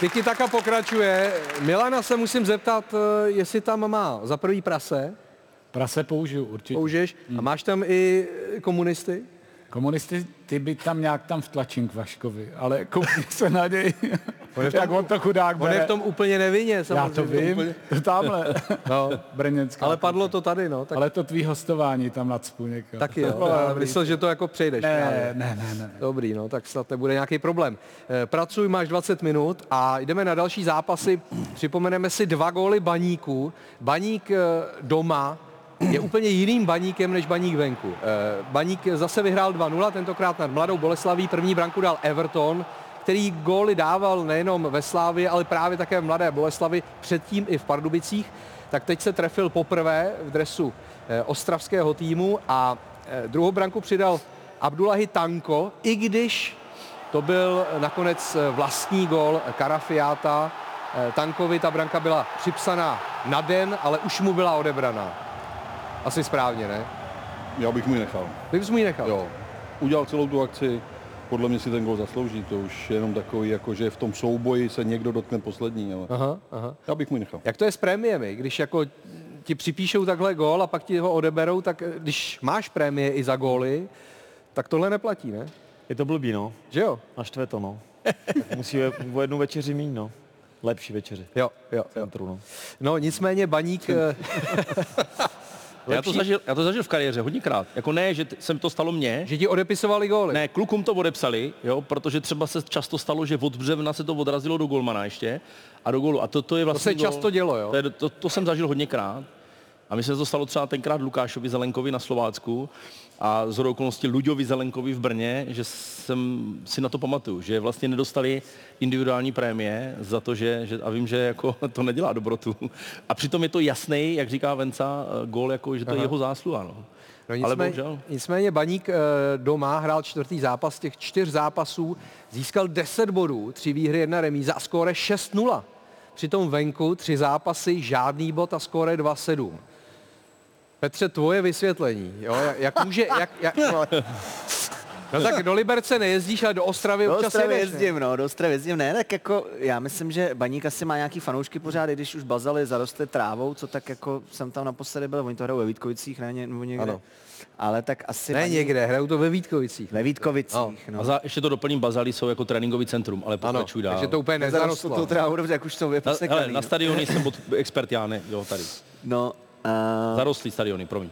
Tiki Taka pokračuje. Milana se musím zeptat, eh, jestli tam má za prvý prase, Prase použiju určitě. použiješ, a máš tam i eh, komunisty? Komunisty, ty by tam nějak tam vtlačím k Vaškovi, ale koukni se na něj, jak on to chudák On bere. je v tom úplně nevinně, Já samozřejmě. to vím, tamhle, No. Brněnská. Ale padlo to tady, no. Tak, ale to tvý hostování tam nadspu někam. taky, jo. Já Myslel, že to jako přejdeš. Ne, právě. ne, ne, ne. Dobrý, no, tak snad nebude nějaký problém. Eh, Pracuj, máš 20 minut a jdeme na další zápasy. Připomeneme si dva góly baníků. Baník eh, doma je úplně jiným baníkem než baník venku. Eh, Baník zase vyhrál 2-0, tentokrát nad Mladou Boleslaví. První branku dal Everton, který góly dával nejenom ve Slávě, ale právě také v Mladé Boleslavi, předtím i v Pardubicích. Tak teď se trefil poprvé v dresu eh, ostravského týmu a eh, druhou branku přidal Abdullahi Tanko, i když to byl nakonec eh, vlastní gol Karafiáta. Eh, Tankovi ta branka byla připsaná na den, ale už mu byla odebraná. Asi správně, ne? Já bych mu ji nechal. Ty bys mu ji nechal. Jo. Udělal celou tu akci, podle mě si ten gol zaslouží, to už je jenom takový, jako že v tom souboji se někdo dotkne poslední, ale Aha, aha. já bych mu ji nechal. Jak to je s prémiemi? Když jako ti připíšou takhle gól a pak ti ho odeberou, tak eh, když máš prémie i za góly, tak tohle neplatí, ne? Je to blbý, no. Že jo? Naštve to, no. Tak musíme o jednu večeři míň, no. Lepší večeři. Jo, jo, jo. Centru, no. No nicméně baník... eh, Já to, lepší- zažil, já to zažil v kariéře hodněkrát. Jako ne, že t- jsem to stalo mně, Že ti odepisovali góly. ne, klukům to odepsali, jo, protože třeba se často stalo, že od břevna se to odrazilo do golmana ještě a do golu. A to, to je vlastně se často dělo, jo? To, je, to, to, jsem zažil hodněkrát. A mi se to stalo třeba tenkrát Lukášovi Zelenkovi na Slovácku a z okolností Luďovi Zelenkovi v Brně, že jsem si na to pamatuju, že vlastně nedostali individuální prémie za to, že, že a vím, že jako to nedělá dobrotu. A přitom je to jasný, jak říká Venca, gól, jako, že to je jeho zásluha. No. No Ale nicméně, bohužel. nicméně Baník eh, doma hrál čtvrtý zápas, z těch čtyř zápasů získal 10 bodů, tři výhry, jedna remíza a skóre 6-0. Přitom venku tři zápasy, žádný bod a skóre 2-7. Petře, tvoje vysvětlení, jo? Jak, jak může, jak, jak, no tak do Liberce nejezdíš, ale do Ostravy Do občas Ostravy jedeš, ne? jezdím, no, do Ostravy jezdím, ne, tak jako já myslím, že Baník asi má nějaký fanoušky pořád, i když už bazali zarostly trávou, co tak jako jsem tam naposledy byl, oni to hrajou ve Vítkovicích, ne, ně- nebo někde. Ano. Ale tak asi Ne Baník- někde, hrajou to ve Vítkovicích. Ve Vítkovicích, A no. za, ještě to doplním, Bazaly jsou jako tréninkový centrum, ale Ano, pokračuj dál. takže to úplně Nezarostlo nezarostlo. to trávu, dobře, jak už to je na, hele, posekaný. na no. stadiony jsem od, expert já, ne, jo, tady. No, eh, Zarostlý stadiony, promiň.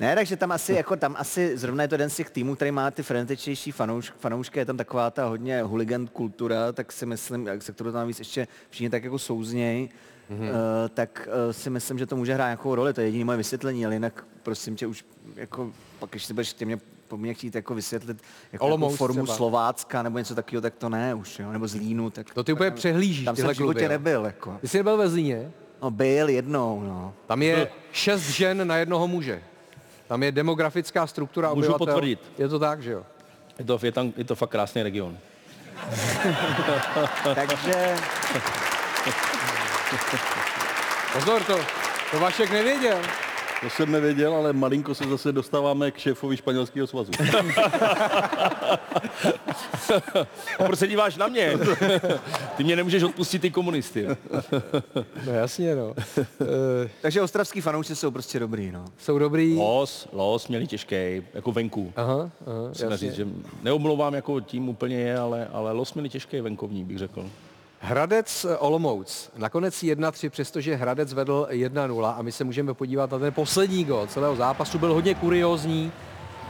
Ne, takže tam asi, jako tam asi zrovna je to jeden z těch týmů, který má ty frenetičtější fanouš, fanoušky, je tam taková ta hodně hooligan kultura, tak si myslím, jak se to tam víc ještě všichni tak jako souzněj, Mhm. mm-hmm. uh, tak uh, si myslím, že to může hrát nějakou roli, to je jediné moje vysvětlení, ale jinak prosím tě už, jako, pak když si budeš tě mě, po mně chtít jako vysvětlit jako Olomouc nějakou formu třeba. Slovácka nebo něco takového, tak to ne už, jo? nebo Zlínu, tak To ty úplně přehlížíš, tam jsem tyhle v životě kluby. jo. nebyl, jako. Ty jsi nebyl ve Zlíně? No, byl jednou, no. Tam Hm. je šest žen na jednoho muže. Tam je demografická struktura Můžu obyvatel. potvrdit. Je to tak, že jo? Je to, je, tam, je to fakt krásný region. Takže... Pozor, to, to Vašek nevěděl. To jsem nevěděl, ale malinko se zase dostáváme k šéfovi španělského svazu. A proč se díváš na mě? Ty mě nemůžeš odpustit ty komunisty. No jasně, no. Takže ostravský fanoušci jsou prostě dobrý, no. Jsou dobrý. Los, los měli těžký, jako venku. Aha, aha, Musíme jasně. říct, že neomlouvám jako tím úplně je, ale, ale los měli těžký venkovní, bych řekl. Hradec eh, Olomouc. Nakonec 1-3, přestože Hradec vedl 1-0 a my se můžeme podívat na ten poslední gol celého zápasu. Byl hodně kuriózní,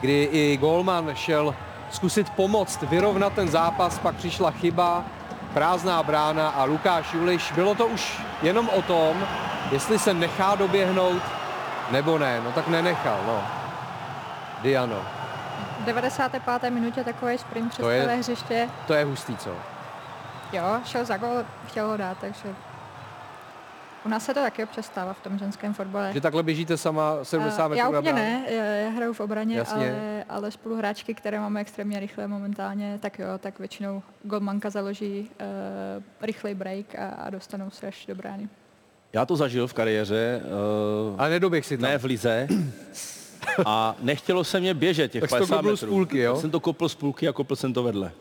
kdy i Golman šel zkusit pomoct vyrovnat ten zápas, pak přišla chyba, prázdná brána a Lukáš Juliš. Bylo to už jenom o tom, jestli se nechá doběhnout nebo ne. No tak nenechal, no. Diano, V 95. minutě takový sprint přes To je- celé hřiště. to je hustý, co? Jo, šel za gol, chtěl ho dát, takže... U nás se to taky občas stává v tom ženském fotbale. Že takhle běžíte sama 70 A metrů Eh, já na úplně bránu? ne, já- já hraju v obraně, Jasně. ale, ale spoluhráčky, které máme extrémně rychlé momentálně, tak jo, tak většinou golmanka založí uh, rychlej break a, a dostanou se až do brány. Já to zažil v kariéře. eh, Ale nedoběh si tam. Ne v lize. A nechtělo se mě běžet těch Tak jsi to 50 kopnul z metrů. půlky, jo? Jsem to kopl z půlky a kopl jsem to vedle.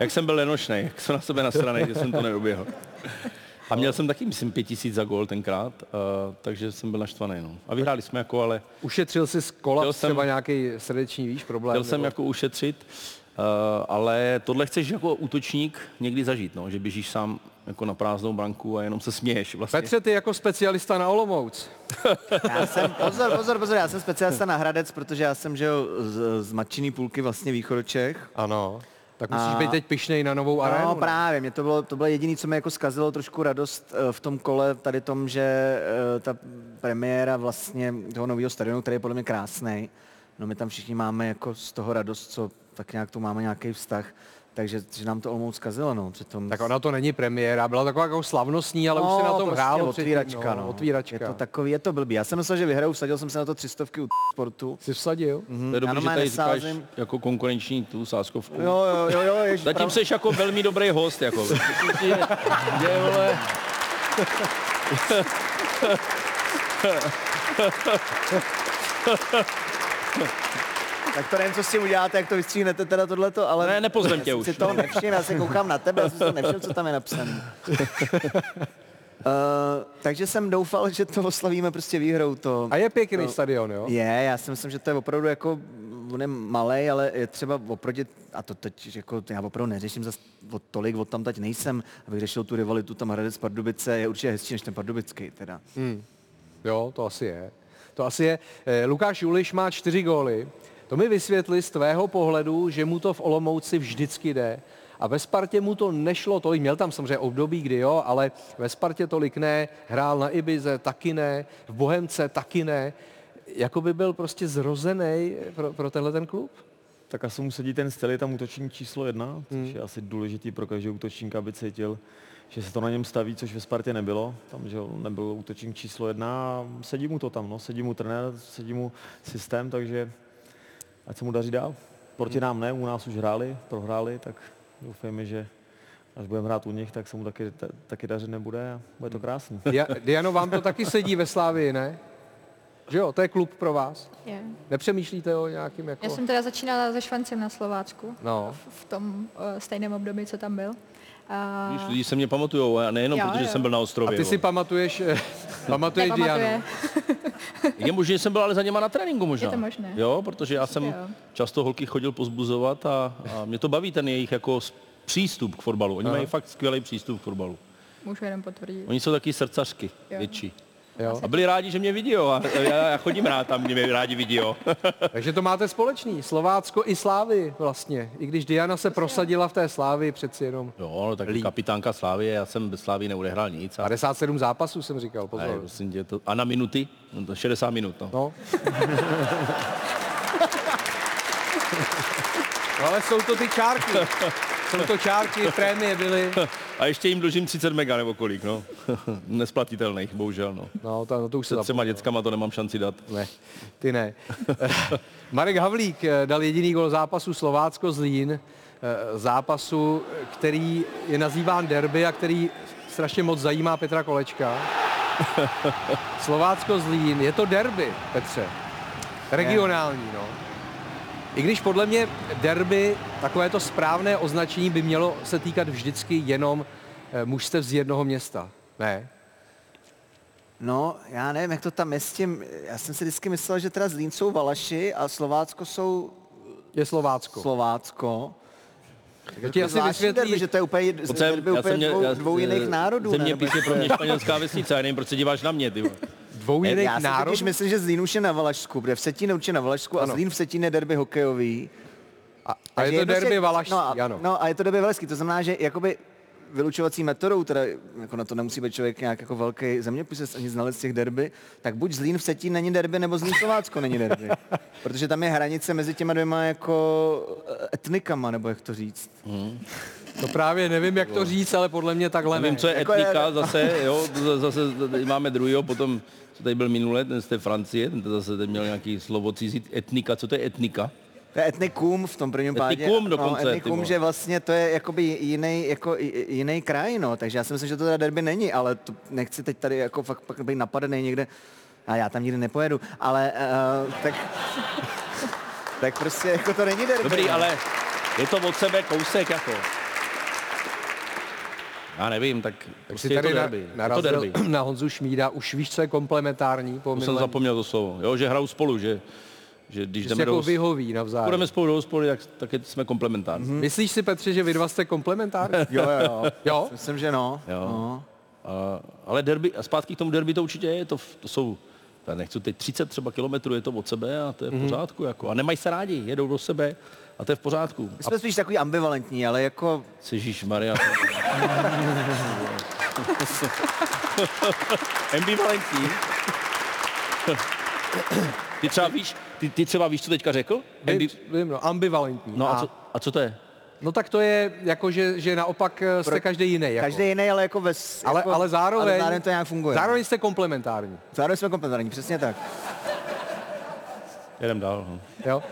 Jak jsem byl lenošnej, jak jsem na sebe nasranej, že jsem to neoběhl. A měl jsem taky, myslím, pět tisíc za gol tenkrát, uh, takže jsem byl naštvaný. No. A vyhráli jsme jako, ale Ušetřil jsi z kola Chtěl jsem- třeba nějaký srdeční, víš, problém? chtěl jsem nebo- jako ušetřit, uh, ale tohle chceš jako útočník někdy zažít, no, že běžíš sám jako na prázdnou branku a jenom se směješ vlastně. Petře, ty jako specialista na Olomouc. Já jsem, pozor, pozor, pozor, já jsem specialista na Hradec, protože já jsem žil z, z matčiný půlky vlastně východočech. Ano. Tak musíš A- být teď pišnej na novou arénu. No ne? právě, mě to bylo, to bylo jediné, co mi jako zkazilo trošku radost eh, v tom kole tady tom, že eh, ta premiéra vlastně toho nového stadionu, který je podle mě krásný, no my tam všichni máme jako z toho radost, co tak nějak tu máme nějaký vztah, takže že nám to Olmouc zkazilo, no přitom. Tak ona to není premiéra, byla taková jako slavnostní, ale už se na tom hrálo. předtím, No, prostě otvíračka, no, Otvíračka. Je to takový, je to blbý. Já jsem myslel, že vyhraju, vsadil jsem se na to třistovky u sportu. Jsi vsadil? To je já dobrý, že normálně tady říkáš sázím. jako konkurenční tu sáskovku. Jo, jo, jo, jo, ježiš, Zatím jsi jako velmi dobrý host, jako. Myslím si, že- že, vole, Tak to nevím, co s tím uděláte, jak to vystříhnete teda tohleto, ale... Ne, nepozvem Já tě jsem už. Si toho nevšim, já se koukám na tebe, já jsem si to nevšim, co tam je napsané. Uh, takže jsem doufal, že to oslavíme prostě výhrou to. A je pěkný No. stadion, jo? Je, já si myslím, že to je opravdu jako, on je malej, ale je třeba oproti, a to teď jako, já opravdu neřeším zas o tolik, od tam teď nejsem, abych řešil tu rivalitu, tam Hradec Pardubice je určitě hezčí než ten Pardubický teda. Hmm. Jo, to asi je. To asi je. Eh, Lukáš Juliš má čtyři góly. To mi vysvětli z tvého pohledu, že mu to v Olomouci vždycky jde. A ve Spartě mu to nešlo tolik. Měl tam samozřejmě období, kdy jo, ale ve Spartě tolik ne. Hrál na Ibize, taky ne. V Bohemce, taky ne. Jako by byl prostě zrozený pro, pro tenhle ten klub? Tak asi mu sedí ten styl, je tam útočník číslo jedna, což je asi důležitý pro každého útočníka, aby cítil, že se to na něm staví, což ve Spartě nebylo. Tam, že on nebyl útočník číslo jedna, a sedí mu to tam, no. sedí mu trenér, sedí mu systém, takže ať se mu daří dál. Proti nám ne, u nás už hráli, prohráli, tak doufejme, že až budeme hrát u nich, tak se mu taky, ta, taky dařit nebude a bude to krásný. Dia, Diano, vám to taky sedí ve Slávii, ne? Že jo, to je klub pro vás. Je. Nepřemýšlíte o nějakým jako... Já jsem teda začínala se Švancem na Slovácku. No. V tom eh, stejném období, co tam byl. A... víš, lidi se mě pamatujou, a nejenom Jo, protože jo. jsem byl na A ostrově. ty si vole. pamatuješ, eh, pamatuješ Dianu. Nepamatuje. Je možné, že jsem byl ale za něma na tréninku možná. Je to možné. Jo, protože já jsem jo. často holky chodil pozbuzovat a, a mě to baví ten jejich jako s- přístup k fotbalu. Oni mají fakt skvělý přístup k fotbalu. Můžu jenom potvrdit. Oni jsou taky srdcařky Jo. větší. Jo. A byli rádi, že mě vidí, jo. A já, já chodím rád tam, kde mě rádi vidí, jo. Takže to máte společný. Slovácko i Slávy vlastně. I když Diana se prosadila v té Slávii přeci jenom. Jo, no, tak kapitánka Slávie, já jsem bez Slávy neudehrál nic. A, 57 zápasů jsem říkal, a, je, pozor. prosím tě, to, a na minuty, no to 60 minut, no. No. No, Ale jsou to ty čárky. Jsou to čárky, prémie byly. A ještě jim dlužím 30 mega nebo kolik, no. Nesplatitelných, bohužel, no. No, to, no to už se Se zapomněl. třema dětskama to nemám šanci dát. Ne, ty ne. Marek Havlík eh, dal jediný gol zápasu Slovácko Zlín, eh, zápasu, který je nazýván derby a který strašně moc zajímá Petra Kolečka. Slovácko Zlín, je to derby, Petře. Regionální, no. I když podle mě derby, takovéto správné označení by mělo se týkat vždycky jenom eh, mužstev z jednoho města. Ne? No, já nevím, jak to tam je s tím. Já jsem si vždycky myslel, že teda Zlín jsou Valaši a Slovácko jsou Je Slovácko. Slovácko. Tak ti asi vysvětlí- derby, že to je úplně, derby, Pocem, úplně dvou, já- dvou jiných národů. ne? Země Nebo píše jak pro to je? mě španělská vesnice, já nevím, proč se díváš na mě, ty. vole. Dvou jiných Já si totiž národů. myslím, že Zlín už je na Valašsku, protože v Vsetín je určitě na Valašsku Ano. a Zlín v Vsetín je derby hokejový. A, a je Takže to jedno z derby těch- valašský, no, a- ano. No a je to derby valašský, to znamená, že jakoby vylučovací metodou, teda jako na to nemusí být člověk nějak jako velký zeměpisec ani znalec těch derby, tak buď Zlín v Setín není derby, nebo Zlín Slovácko není derby. Protože tam je hranice mezi těma dvěma jako eh, etnikama, nebo jak to říct. To právě nevím, jak to říct, ale podle mě takhle Nevím, ne. co je Jako je- etnika zase, jo, z- zase tady máme druhýho, potom, co tady byl minule, ten z té Francie, ten zase ten měl nějaký slovo cizí, etnika, co to je etnika? To je etnikum v tom prvním pádě. Etnikum dokonce, ty No, etnikum, vole. že vlastně to je jakoby jiný, jako i- i- jiný kraj, no. Takže já si myslím, že to teda derby není, ale to nechci teď tady jako fakt pak být napadený někde. A já tam nikdy nepojedu, ale uh, tak... Tak prostě jako to není derby. Dobrý, ale Je to od sebe kousek jako. Já nevím, tak, Tak prostě si je to tady na, derby. Je to narazil derby. na Honzu Šmída, už víš, co je komplementární po To jsem minulém- zapomněl to slovo, jo, že hrajou spolu, že, že když Že jdeme si do jako hos- vyhoví navzájem. budeme spolu do hospody, tak, tak je- jsme komplementární. Mm-hmm. Myslíš si, Petře, že vy dva jste komplementární? Jo, jo, jo. jo? Myslím, že no. Jo. no. A, ale derby, a zpátky k tomu derby to určitě je, to, v- to jsou, já nechci teď 30 třeba kilometrů, je to od sebe a to Mhm. je v pořádku. Jako, a nemají se rádi, jedou do sebe a to je v pořádku. My jsme spíš takový ambivalentní, ale jako Ježíš Maria. Ambivalentní. Ty třeba víš, ty, ty třeba víš, co teďka řekl? Vím, Ambi- vím, no, ambivalentní. no a co, a co to je? no tak to je jako, že, že naopak eh, jste každý jiný. Jako. každý jiný, ale jako ve... ale, jako, ale, zároveň, ale zároveň to nějak funguje. Zároveň jste komplementární. zároveň jsme komplementární, přesně tak. Jedem dál. no. Jo?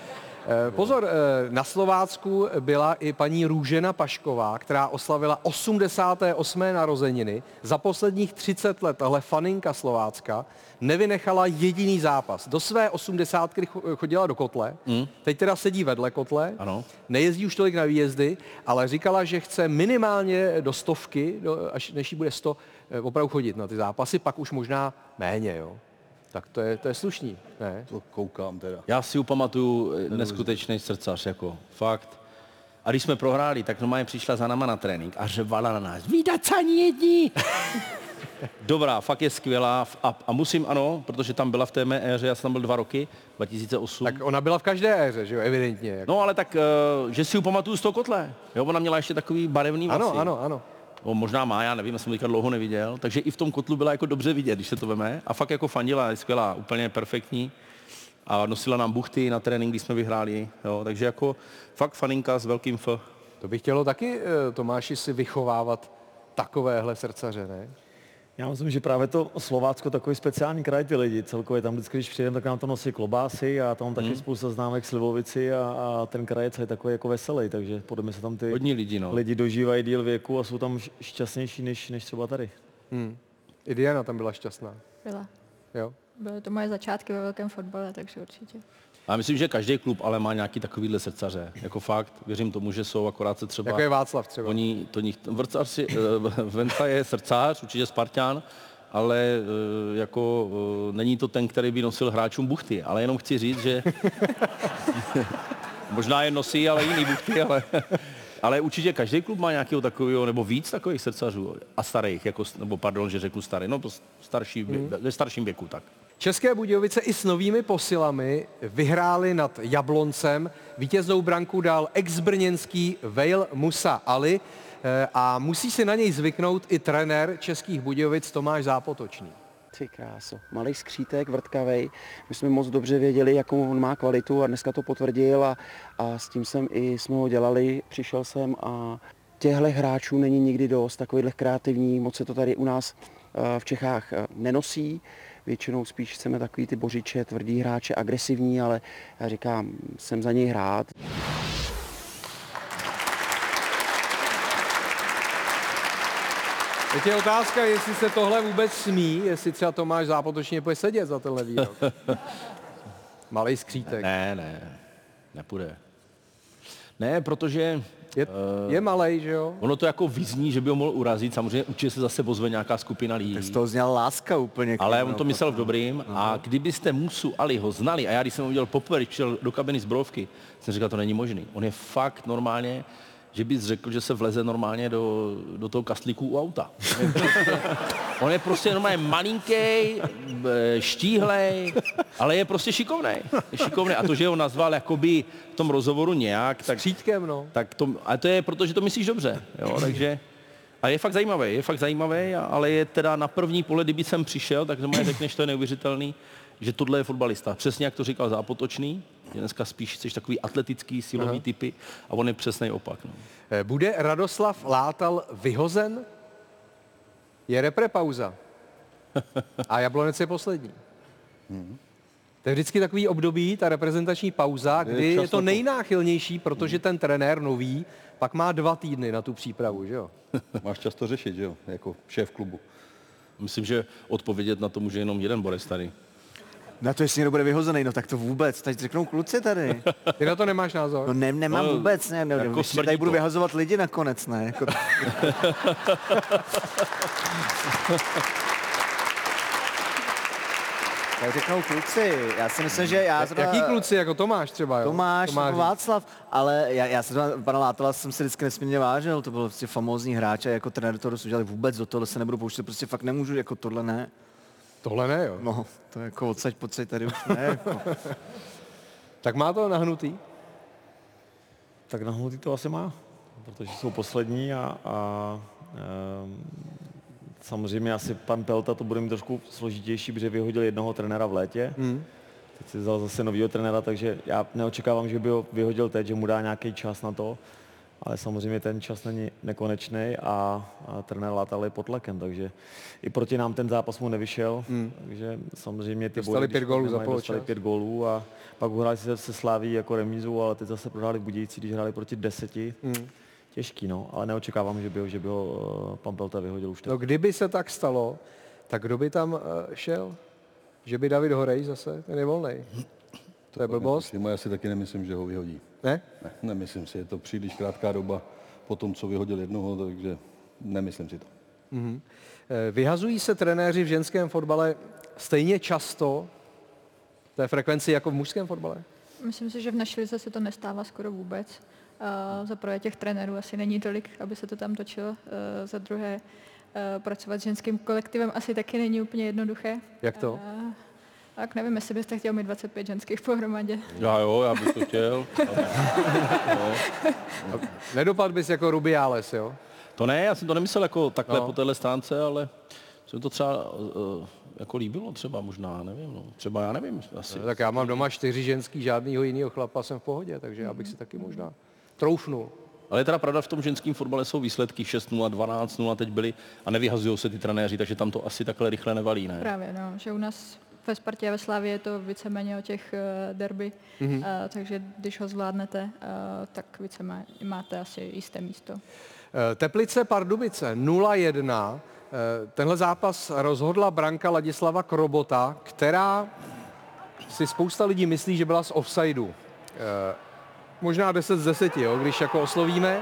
Eh, Pozor, eh, na Slovácku byla i paní Růžena Pašková, která oslavila 88. narozeniny. Za posledních 30 let tahle faninka Slovácka nevynechala jediný zápas. Do své 80 chodila do kotle, teď teda sedí vedle kotle, Ano. nejezdí už tolik na výjezdy, ale říkala, že chce minimálně do stovky, do, až než jí bude 100, eh, opravdu chodit na ty zápasy, pak už možná méně, jo. Tak to je, to je slušný, ne? To koukám teda. Já si upamatuju eh, neskutečný srdcař, jako fakt. A když jsme prohráli, tak normálně přišla za náma na trénink a řvala na nás. Vydacani jedni! Dobrá, fakt je skvělá. v- A, a musím, ano, protože tam byla v té mé éře, já jsem tam byl dva roky, 2008. Tak ona byla v každé éře, že jo, evidentně. Jako. No ale tak, eh, že si ji pamatuju z toho kotle. Jo, ona měla ještě takový barevný vlasy. Ano, ano, ano. O, možná má, já nevím, já jsem teďka dlouho neviděl. Takže i v tom kotlu byla jako dobře vidět, když se to veme. A fakt jako fandila, je skvělá, úplně perfektní. A nosila nám buchty na trénink, když jsme vyhráli. Jo, takže jako fakt faninka s velkým F. To by chtělo taky, eh, Tomáši, si vychovávat takovéhle srdcaře, ne? Já myslím, že právě to Slovácko takový speciální kraj ty lidi. Celkově tam vždycky, když přijedeme, tak nám to nosí klobásy a tam Mhm. taky spousta známek slivovici a, a ten kraj je celý takový jako veselý, takže podle mě se tam ty Hodně lidí, no. lidi dožívají díl věku a jsou tam š- šťastnější než, než třeba tady. I Diana tam byla šťastná, Byla. jo? Byly to moje začátky ve velkém fotbale, takže určitě. A myslím, že každý klub ale má nějaký takovýhle srdcaře. Jako fakt, věřím tomu, že jsou, akorát se třeba... Jako je Václav třeba. Oni, to nich, vrcař si, eh, Venta je srdcář, určitě Spartan, ale eh, jako eh, není to ten, který by nosil hráčům buchty, ale jenom chci říct, že možná je nosí, ale jiný buchty, ale, ale určitě každý klub má nějakého takového, nebo víc takových srdcařů a starých, jako, s- nebo pardon, že řeknu starý, no to s- starší, mm. ve starším věku tak. České Budějovice i s novými posilami vyhráli nad Jabloncem. Vítěznou branku dal ex-brněnský Vejl Musa Ali eh, a musí si na něj zvyknout i trenér Českých Budějovic Tomáš Zápotočný. Ty kráso. Malý skřítek, vrtkavej. My jsme moc dobře věděli, jakou on má kvalitu a dneska to potvrdil a, a s tím jsem i jsme ho dělali. Přišel jsem a těchto hráčů není nikdy dost, takových kreativní, moc se to tady u nás eh, v Čechách eh, nenosí. Většinou spíš chceme takový ty bořiče, tvrdý hráče, agresivní, ale já říkám, jsem za něj rád. Teď je otázka, jestli se tohle vůbec smí, jestli třeba Tomáš Zápotočný bude sedět za tenhle výrok. Malý skřítek. Ne, ne, nepůjde. Ne, protože Je, je malej, že jo? ono to jako vyzní, že by ho mohl urazit, samozřejmě určitě se zase pozve nějaká skupina lidí. Z toho zněla láska úplně. no. Ale on to myslel v dobrým. A kdybyste Musu Aliho znali, a já když jsem ho viděl poprvé, když šel do kabiny z Brovky, jsem říkal, to není možný. On je fakt normálně, že bys řekl, že se vleze normálně do, do toho kastlíku u auta. On je prostě- On je prostě normálně malinký, štíhlej, ale je prostě šikovný. Je šikovný. A to, že ho nazval jakoby v tom rozhovoru nějak, tak Skřítkem, no. tak to, a to je proto, že to myslíš dobře, jo, takže... A je fakt zajímavý, je fakt zajímavý, a- ale je teda na první pohled, kdyby jsem přišel, tak normálně řekneš, to je neuvěřitelný, že tohle je fotbalista. Přesně jak to říkal Zápotočný, že dneska spíš jsi takový atletický, silový Aha. typy a on je přesný opak. No. Eh, Bude Radoslav Látal vyhozen? Je repre pauza. A Jablonec je poslední. Mhm. To je vždycky takový období, ta reprezentační pauza, kdy je, čas to Mhm. na to. nejnáchylnější, protože ten trenér nový pak má dva týdny na tu přípravu, že jo? Máš čas to řešit, že jo? Jako šéf klubu. Myslím, že odpovědět na to může jenom jeden Borec tady. Na to, jestli někdo bude vyhozený, no tak to vůbec. Teď řeknou kluci tady. Ty na to nemáš názor? No ne, nemám No, vůbec, ne, ne, jako jako smrdí tady budu to. vyhazovat lidi nakonec, ne. Jako, tak řeknou kluci, já si myslím, že já zrovna... Jaký kluci, jako Tomáš třeba, jo? Tomáš, To má Tomáš říct. Václav, ale já, já jsem zrovna pana Látala jsem si vždycky nesmírně vážil, to byl prostě famózní hráč a jako trenér to rozhodl, ale vůbec do tohle se nebudu pouštět, prostě fakt nemůžu, jako tohle ne. Tohle ne, jo? No, to je jako odsaď pocit tady už ne. Jako. Tak má to nahnutý? Tak na Holty to asi má, protože jsou poslední a, a ehm, samozřejmě asi pan Pelta to bude mít trošku složitější, protože vyhodil jednoho trenéra v létě. Hmm. Mm. Teď si vzal zase nového trenéra, takže já neočekávám, že by ho vyhodil teď, že mu dá nějaký čas na to. Ale samozřejmě ten čas není nekonečný a, a trenér Látal je pod tlakem, takže i proti nám ten zápas mu nevyšel, mm. takže samozřejmě ty Hmm. Dostali když pět gólů za nemají, poločas. dostali pět gólů a pak uhráli se, se Sláví jako remízu, ale teď zase prohráli Budějící, když hráli proti deseti. Mm. Těžký, no, ale neočekávám, že by ho, že by ho eh, pan Pelta vyhodil už teď. No kdyby se tak stalo, tak kdo by tam eh, šel? Že by David Horej zase, ten je volnej. To je blbost, Jako, Já si taky nemyslím, že ho vyhodí. ne? Ne, nemyslím si, je to příliš krátká doba po tom, co vyhodil jednoho, takže nemyslím si to. Eh, Vyhazují se trenéři v ženském fotbale stejně často v té frekvenci jako v mužském fotbale? Myslím si, že v naší lize se to nestává skoro vůbec. Uh, za prvé těch trenérů asi není tolik, aby se to tam točilo. Uh, za druhé eh, pracovat s ženským kolektivem asi taky není úplně jednoduché. Jak to? Eh, tak nevím, jestli byste chtěl mít 25 ženských pohromadě. Já jo, já bych to chtěl. Nedopad bys jako Rubiales, jo? To ne, já jsem to nemyslel jako takhle No. no. po téhle stránce, ale se mi to třeba eh, jako líbilo třeba možná, nevím, no. třeba já nevím, asi. No, tak já mám doma čtyři ženský, žádnýho jiného chlapa jsem v pohodě, takže já bych si taky možná troufnul. Ale je teda pravda, v tom ženském fotbale jsou výsledky 6-0, 12-0 teď byly a nevyhazují se ty trenéři, takže tam to asi takhle rychle nevalí, ne? Právě, no, že u nás ve Spartě a ve Slávě je to víceméně o těch eh, derby, mm-hmm. takže když ho zvládnete, eh, tak víceméně máte asi jisté místo. Eh, Teplice Pardubice 0-1. Eh, Tenhle zápas rozhodla branka Ladislava Krobota, která si spousta lidí myslí, že byla z offsideu. Eh, Možná 10 z 10, jo, když jako oslovíme.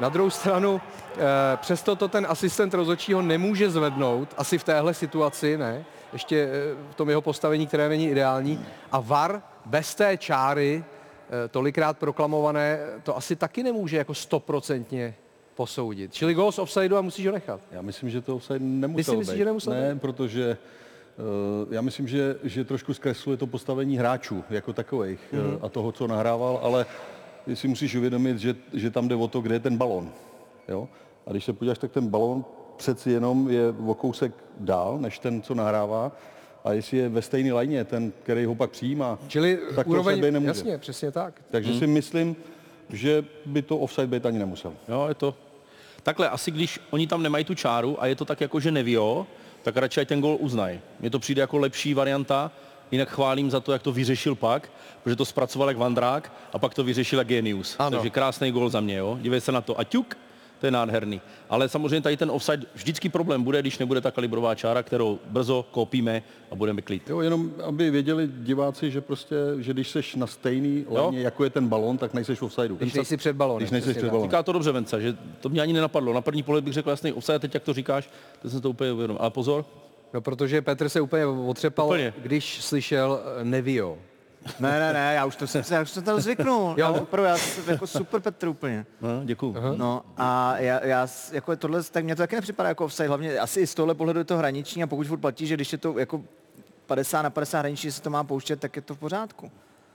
Na druhou stranu, eh, přesto to ten asistent rozhodčího nemůže zvednout, asi v téhle situaci, ne? Ještě eh, v tom jeho postavení, které není ideální. A VAR bez té čáry, eh, tolikrát proklamované, to asi taky nemůže jako stoprocentně posoudit. Čili gol z offsideu a musíš ho nechat. Já myslím, že to offside nemusel Ty si myslíš, být. že nemusel Ne, protože eh, já myslím, že, že trošku zkresluje to postavení hráčů jako takových Mhm. mm-hmm. a toho, co nahrával, ale ty si musíš uvědomit, že, že tam jde o to, kde je ten balon. Jo? A když se podíváš, tak ten balon přeci jenom je o kousek dál, než ten, co nahrává. A jestli je ve stejné lajně, ten, který ho pak přijímá, Čili tak to offside být úroveň, nemůže. jasně, Mhm. přesně tak. Takže si myslím, že by to offside být ani nemusel. Jo, je to. Takhle, asi když oni tam nemají tu čáru a je to tak jako, že nevíjo, tak radši ať ten gol uznají. Mně to přijde jako lepší varianta, jinak chválím za to, jak to vyřešil pak, protože to zpracoval jak Vandrák a pak to vyřešil jak genius. Ano. Takže krásný gol za mě, jo. Dívej se na to. A ťuk, to je nádherný. Ale samozřejmě tady ten offside vždycky problém bude, když nebude ta kalibrová čára, kterou brzo koupíme a budeme klid. Jo, jenom aby věděli diváci, že prostě, že když seš na stejný lani, jako je ten balon, tak nejseš v offsideu. Když nejsi před balonem. Když nejseš přesně před tak. balonem. Říká to dobře Venca, že to mě ani nenapadlo. Na první pohled bych řekl jasný offside, teď jak to říkáš, teď jsem to úplně uvědomil. Ale pozor, No, protože Petr se úplně otřepal, Úplně. když slyšel eh, Nevio. Ne, ne, ne, já už to jsem, já už jsem tam zvyknul. Jo. Já, opravdu, já jsem jako super Petr úplně. no, děkuju. No a já, já s- jako tohle, tak mě to taky nepřipadá jako offside, hlavně asi i z tohle pohledu je to hraniční a pokud furt platí, že když je to jako 50 na 50 hraniční, že se to má pouštět, tak je to v pořádku.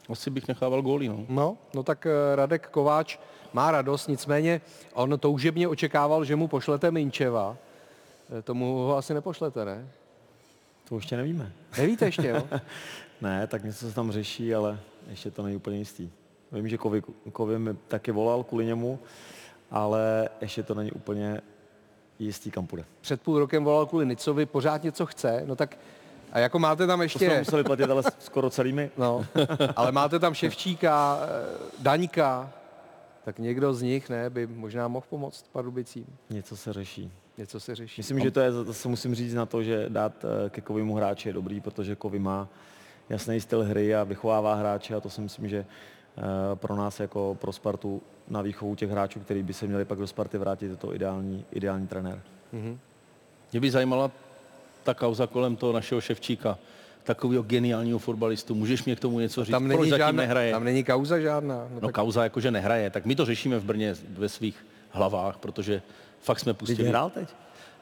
Asi bych nechával góly, no. No, no tak eh, Radek Kováč má radost, nicméně on toužebně očekával, že mu pošlete Minčeva. Eh, Tomu ho asi nepošlete, ne? To ještě nevíme. Nevíte ještě, jo? Ne, tak něco se tam řeší, ale ještě to není úplně jistý. Vím, že Kovy, Kovy mi taky volal kvůli němu, ale ještě to není úplně jistý, kam půjde. Před půl rokem volal kvůli Nicovi, pořád něco chce, no tak a jako máte tam To jsme ještě, museli platit, ale skoro celými. no, ale máte tam Ševčíka, eh, Daňka, tak někdo z nich, ne, by možná mohl pomoct Pardubicím. Něco se řeší. Něco se řeší. Myslím, že to je, zase musím říct na to, že dát eh, ke Kovimu hráče je dobrý, protože Kovy má jasný styl hry a vychovává hráče a to si myslím, že eh, pro nás jako pro Spartu na výchovu těch hráčů, který by se měli pak do Sparty vrátit, je to ideální, ideální trenér. Mě by zajímala ta kauza kolem toho našeho Ševčíka, takového geniálního fotbalistu. Můžeš mě k tomu něco říct? Tam Proč není, zatím žádná, nehraje? tam není kauza žádná. No, No tak, kauza jakože nehraje, tak my to řešíme v Brně ve svých hlavách, protože fakt jsme pustili. hrál teď?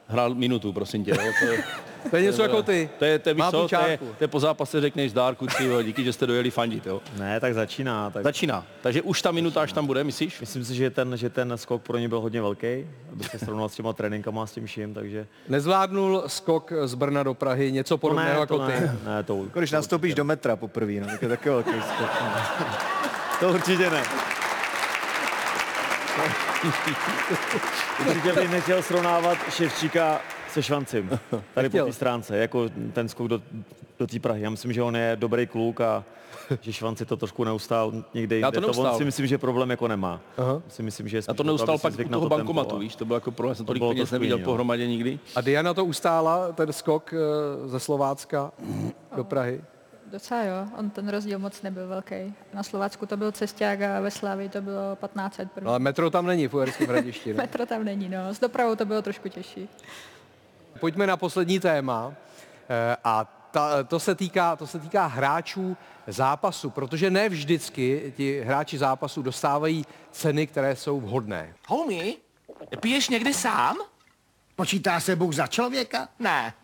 Hrál minutu, prosím tě. jo, to je- to je něco jako ty. To je, to je, víš Má co, to je, půjčárku. to je po zápase řekneš dárku, cívo, díky, že jste dojeli fandit, jo. Ne, tak začíná. Tak... Začíná. Takže už ta minuta, až tam bude, myslíš? Myslím si, že ten, že ten skok pro ně byl hodně velký, aby se srovnal s těma tréninkama a s tím vším, takže... Nezvládnul skok z Brna do Prahy, něco To podobného jako to ty. ne, ne, to, Když nastoupíš do metra poprvé, no, tak je taky velký skok. to určitě ne. určitě bych nechtěl srovnávat Ševčíka se Švancem, tady po té stránce, jako ten skok do, do té Prahy. Já myslím, že on je dobrý kluk a že Švanci to trošku neustál někde Já to jinde. neustál. on si myslím, že problém jako nemá. Aha. Si myslím, že je A spíš to o aby neustal si pak u zvykl na toho to tempo bankomatu, a- víš, to bylo jako pro, já jsem tolik bylo peněz trošku neviděl jiný, no. pohromadě nikdy. A Diana to ustála, ten skok eh, ze Slovácka do Prahy. Docela jo, on ten rozdíl moc nebyl velký. Na Slovácku to byl cesták a ve Slávii to bylo 1500 první. No, ale metro tam není v Uherském hradišti. No. Metro tam není, no. S dopravou to bylo trošku těžší. Pojďme na poslední téma. Eh, A ta, to, se týká, to se týká hráčů zápasu, protože ne vždycky ti hráči zápasu dostávají ceny, které jsou vhodné. Homie, piješ někdy sám? Počítá se Bůh za člověka? Ne.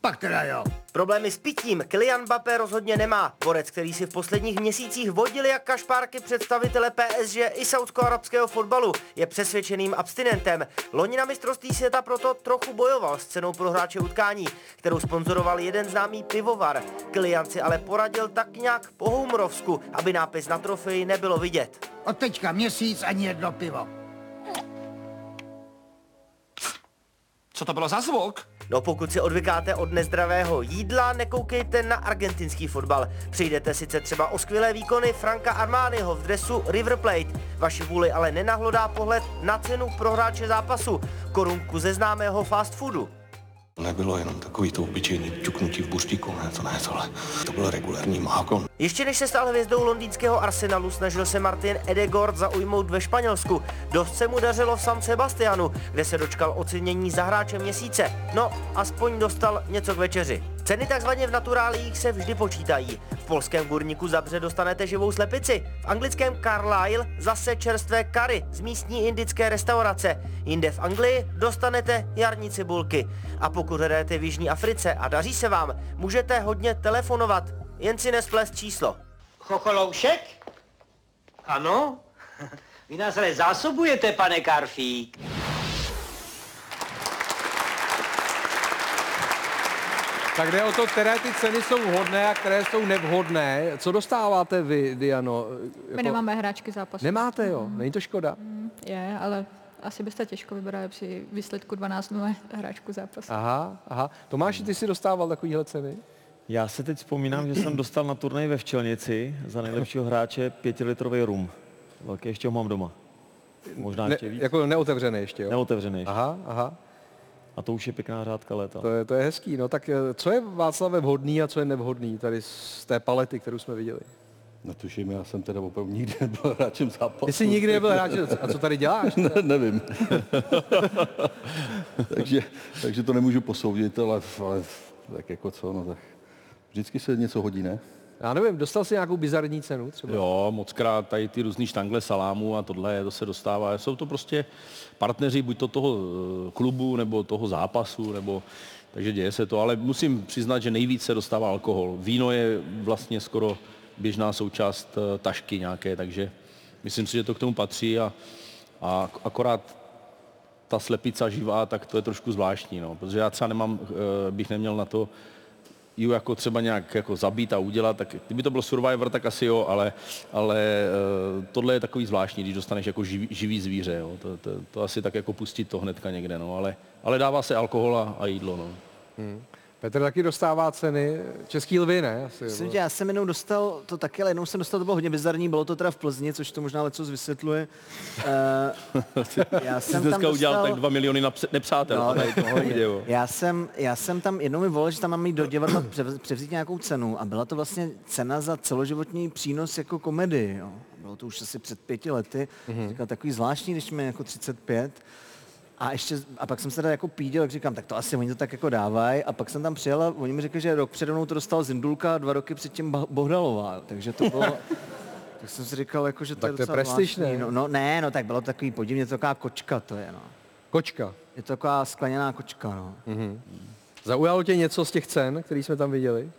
Pak teda jo. Problémy s pitím Kylian Mbappé rozhodně nemá. Borec, který si v posledních měsících vodil jak kašpárky představitele PSG i saudsko-arabského fotbalu, je přesvědčeným abstinentem. Loni na mistrovství světa proto trochu bojoval s cenou pro hráče utkání, kterou sponzoroval jeden známý pivovar. Kylian si ale poradil tak nějak po humrovsku, aby nápis na trofeji nebylo vidět. Od teďka měsíc ani jedno pivo. Co to bylo za zvuk? No pokud si odvykáte od nezdravého jídla, nekoukejte na argentinský fotbal. Přijdete sice třeba o skvělé výkony Franka Armányho v dresu River Plate. Vaši vůli ale nenahlodá pohled na cenu pro hráče zápasu, korunku ze známého fast foodu. Nebylo jenom takový to obyčejný ťuknutí v buřtíku, ne to ne tohle. To byl regulární mákon. Ještě než se stal hvězdou londýnského Arsenalu, snažil se Martin Edegord zaujmout ve Španělsku. Dost se mu dařilo v San Sebastianu, kde se dočkal ocenění za hráče měsíce. No, aspoň dostal něco k večeři. Ceny takzvaně v naturálích se vždy počítají. V polském Gurníku Zabře dostanete živou slepici, v anglickém Carlisle zase čerstvé kary z místní indické restaurace, jinde v Anglii dostanete jarní cibulky. A pokud hrajete v Jižní Africe a daří se vám, můžete hodně telefonovat, jen si nesplést číslo. Chocholoušek? Ano. Vy nás ale zásobujete, pane Karfík. Tak jde o to, které ty ceny jsou vhodné a které jsou nevhodné. Co dostáváte vy, Diano? Jako- My nemáme hráčky zápasu. Nemáte, jo? Není to škoda? Je, ale asi byste těžko vybrali při výsledku 12-0 hráčku zápasu. Aha, aha. Tomáši, ty si dostával takovýhle ceny? Já se teď vzpomínám, že jsem dostal na turnaj ve Včelnici za nejlepšího hráče pětilitrový rum. Velký ještě ho mám doma. Možná Ne, ještě víc. jako neotevřené ještě, jo? Neotevřený. ještě. Aha, aha. A to už je pěkná řádka léta. To je, to je hezký. No tak eh, co je Václave vhodný a co je nevhodný tady z té palety, kterou jsme viděli? Netuším, No, já jsem teda opravdu nikdy nebyl hráčem zápasu. Ty jsi nikdy nebyl hráč, a co tady děláš? Ne, nevím. takže, takže to nemůžu posoudit, ale, ale tak jako co, no tak vždycky se něco hodí, ne? Já nevím, dostal jsi nějakou bizarní cenu třeba? Jo, moc krát tady ty různý štangle salámu a tohle to se dostává. Jsou to prostě partneři buď to toho eh, klubu, nebo toho zápasu, nebo takže děje se to, ale musím přiznat, že nejvíc se dostává alkohol. Víno je vlastně skoro běžná součást eh, tašky nějaké, takže myslím si, že to k tomu patří a, a akorát ta slepica živá, tak to je trošku zvláštní, no, protože já třeba nemám, eh, bych neměl na to ji jako třeba nějak jako zabít a udělat, tak kdyby to byl Survivor, tak asi jo, ale, ale eh, tohle je takový zvláštní, když dostaneš jako živý, živý zvíře, jo. To, to, jako no. to, asi tak jako pustit to hnedka někde, no, ale, ale dává se alkohol a, a jídlo, no. Petr taky dostává ceny. Český lvy, ne? Asi, Myslím, nebo- tě, já jsem jednou dostal to taky, ale jednou jsem dostal, to bylo hodně bizarní, bylo to teda v Plzni, což to možná leco vysvětluje. Eh, já Jsi dneska udělal tak dva miliony napře- nepřátel. No, a tady to pohodě. video. já, jsem, já jsem tam jednou mi volal, že tam mám jít do divadla převz- převzít nějakou cenu a byla to vlastně cena za celoživotní přínos jako komedii. Jo. Bylo to už asi před pěti lety. Mhm. Mm-hmm. Říkal, takový zvláštní, když mi je jako 35. A, ještě, a pak jsem se teda jako píděl, jak říkám, tak to asi oni to tak jako dávají. A pak jsem tam přijel a oni mi řekli, že rok přede mnou to dostal Zindulka, dva roky předtím Bah- Bohdalová. jo. Takže to bylo, tak jsem si říkal, jako, že to Tak je to je docela prestiž, ne? zvláštní, No, no, ne, no tak bylo to takový podivně, to je taková kočka to je, no. Kočka? Je to taková skleněná kočka, no. Mhm. Zaujalo tě něco z těch cen, které jsme tam viděli?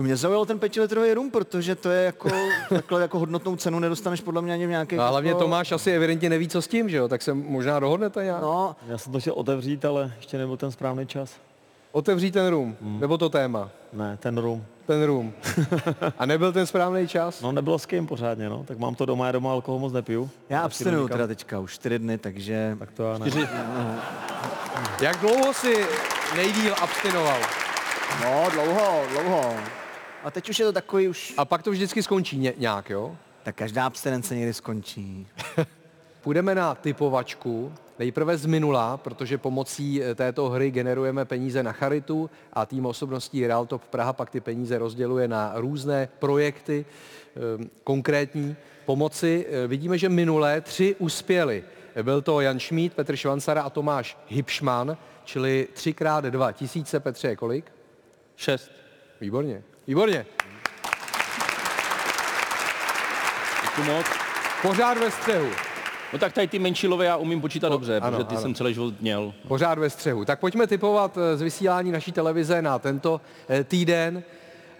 Mě zaujal ten pětilitrový rum, protože to je jako, takhle jako hodnotnou cenu nedostaneš podle mě ani v nějaké... No a hlavně jako... Tomáš asi evidentně neví, co s tím, že jo? Tak se možná dohodnete nějak. No. Já jsem to chtěl otevřít, ale ještě nebyl ten správný čas. Otevří ten room, hmm. nebo to téma? Ne, ten room. Ten room. A nebyl ten správný čas? No nebylo s kým pořádně, no. Tak mám to doma, já doma alkohol moc nepiju. Já abstinuju nikam. teda teďka už čtyři dny, takže... Tak to já ne. Čtyři... Jak dlouho si nejdíl abstinoval? No, dlouho, dlouho. A teď už je to takový už... A pak to vždycky skončí ně, nějak, jo? Tak každá abstinence někdy skončí. Půjdeme na typovačku, nejprve z minula, protože pomocí eh, této hry generujeme peníze na charitu a tým osobností Real Top Praha pak ty peníze rozděluje na různé projekty ehm, konkrétní pomoci. Eh, Vidíme, že minulé tři uspěly. Byl to Jan Šmíd, Petr Švancara a Tomáš Hipšman, čili třikrát dva tisíce. Petře, je kolik? Šest. Výborně, výborně. Děkuji moc. Pořád ve střehu. No tak tady ty menší lovy já umím počítat dobře, ano, protože ty ano. jsem celý život měl. Pořád ve střehu. Tak pojďme typovat eh, z vysílání naší televize na tento eh, týden.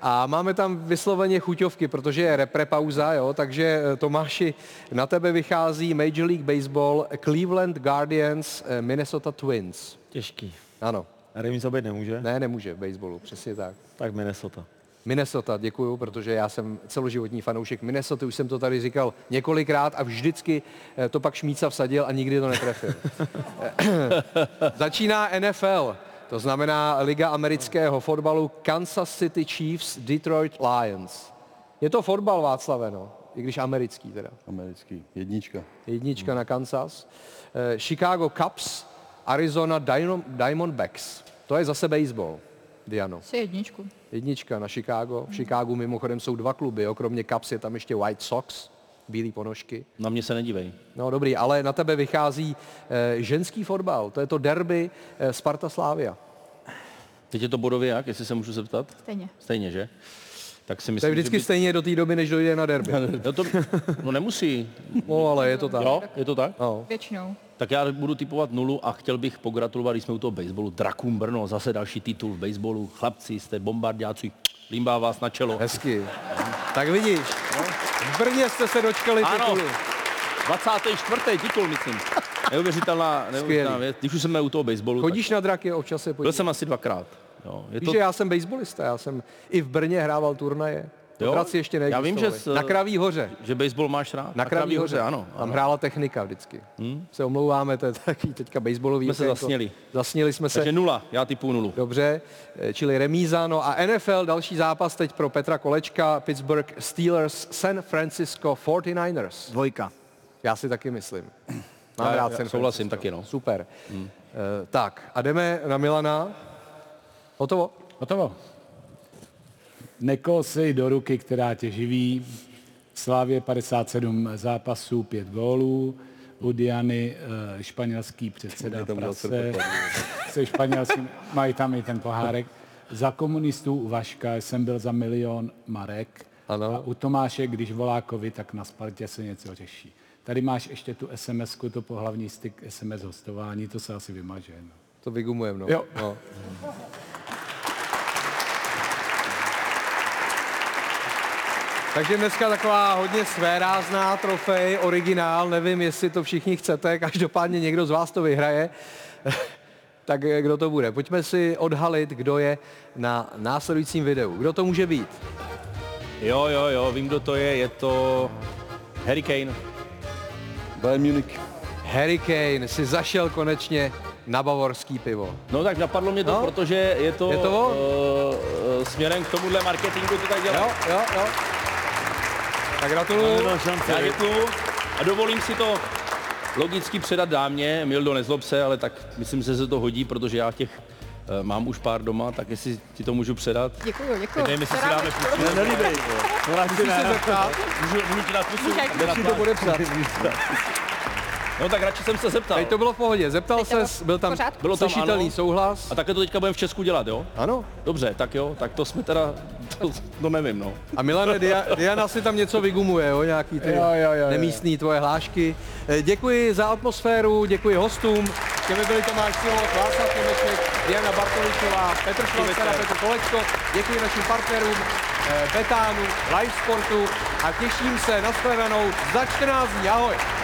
A máme tam vysloveně chuťovky, protože je reprepauza, jo? takže eh, Tomáši, na tebe vychází Major League Baseball, Cleveland Guardians, eh, Minnesota Twins. Těžký. Ano. A remíza být nemůže? Ne, nemůže v baseballu, přesně tak. Tak Minnesota. Minnesota, děkuju, protože já jsem celoživotní fanoušek Minnesota, už jsem to tady říkal několikrát a vždycky eh, to pak Šmíca vsadil a nikdy to netrefil. Eh, Začíná NFL, to znamená Liga amerického fotbalu Kansas City Chiefs Detroit Lions. Je to fotbal Václave, no, i když americký teda. Americký. Jednička. Jednička na Kansas. Eh, Chicago Cubs, Arizona Dino- Diamondbacks. To je zase baseball, Diano. Si jedničku. Jednička na Chicago. V Chicagu mimochodem jsou dva kluby, jo, kromě Cubs je tam ještě White Sox, bílé ponožky. Na mě se nedívej. No dobrý, ale na tebe vychází eh, ženský fotbal, to je to derby eh, Sparta Slávia. Teď je to bodově jak, jestli se můžu zeptat? Stejně. Stejně, že? Tak si To myslím, je vždycky že by- stejně do té doby, než dojde na derby. No, to, no nemusí. No, ale je to tak. Jo, je to tak? No. Většinou. Tak já budu typovat nulu a chtěl bych pogratulovat, když jsme u toho baseballu, Drakům Brno, zase další titul v baseballu. Chlapci, jste bombardáci, limbá vás na čelo. Hezky. Tak vidíš, v Brně jste se dočkali No. ano, titulu. 24. titul, myslím. Neuvěřitelná, neuvěřitelná Skvělý. věc. Když už jsme u toho baseballu, Chodíš na draky, občas se tak byl podíváš. jsem asi dvakrát. Jo, je Víš, že já jsem baseballista, já jsem i v Brně hrával turnaje. Jo? Jo? Hradci ještě Já vím, neexistovaly. že s- Na Kraví hoře. Že baseball máš rád? Na Kraví hoře, ano. Tam hrála technika vždycky. Hmm? Se omlouváme, to je takový teďka baseballový. Jsme se okénko. zasněli. Zasněli jsme se. Takže nula, já typu nulu. Dobře, eh, čili remíza. No a NFL, další zápas teď pro Petra Kolečka, Pittsburgh Steelers, San Francisco 49ers. Dvojka. Já si taky myslím. Já- Mám já rád San souhlasím Francisco. taky, no. Super. Hmm. tak a jdeme na Milana. Hotovo? Hotovo. Nekol si do ruky, která tě živí. Slávě 57 zápasů, 5 gólů. U Diany eh, španělský předseda Tam dal prase. srpek. Se španělským, mají tam i ten pohárek. Za komunistů u Vaška jsem byl za milion Marek. Ano. A u Tomáše, když volá covid, tak na Spartě se něco řeší. Tady máš ještě tu sms to pohlavní styk SMS hostování, to se asi vymaže. No. To vygumujeme, no. Jo. no. Takže dneska taková hodně svérázná trofej, originál, nevím, jestli to všichni chcete, každopádně někdo z vás to vyhraje. tak eh, kdo to bude? Pojďme si odhalit, kdo je na následujícím videu. Kdo to může být? Jo, jo, jo, vím, kdo to je, je to Harry Kane. Bayern Munich. Harry Kane si zašel konečně na bavorský pivo. No tak napadlo mě to, no? protože je to, Je to on? eh, eh, směrem k tomuhle marketingu to tak dělá. Jo, jo, jo. Tak No, gratuluju. Já děkuju a dovolím si to logicky předat dámě, Mildo, nezlob se, ale tak myslím, že se to hodí, protože já těch eh, mám už pár doma, tak jestli ti to můžu předat. Děkuju, děkuju. Tak nevím, jestli si Která dáme bych- pusu. Ne, nelíbej. Musím se zeptat, Můžu, můžu ti dát pusu? Můžeš. Jdeme na jestli to plán. bude psát. No tak radši jsem se zeptal. Teď to bylo v pohodě. Zeptal Teď to bylo ses, byl tam v pořádku. Bylo tam slyšitelný ano. souhlas. A takhle to teďka budeme v Česku dělat, jo? Ano. Dobře, tak jo, tak to jsme teda, to, to nevím, no. A Milane, Dia, Diana si tam něco vygumuje, jo, nějaký ty Jo, jo, jo, jo. nemístný tvoje hlášky. Eh, Děkuji za atmosféru, děkuji hostům, těmi byli Tomáš Silot, Václav Němeček, Diana Bartoličová, Petr Švacera, Petr Kolečko, děkuji našim partnerům eh, Betánu, Live Sportu a těším se na shledanou za 14 dní. Ahoj!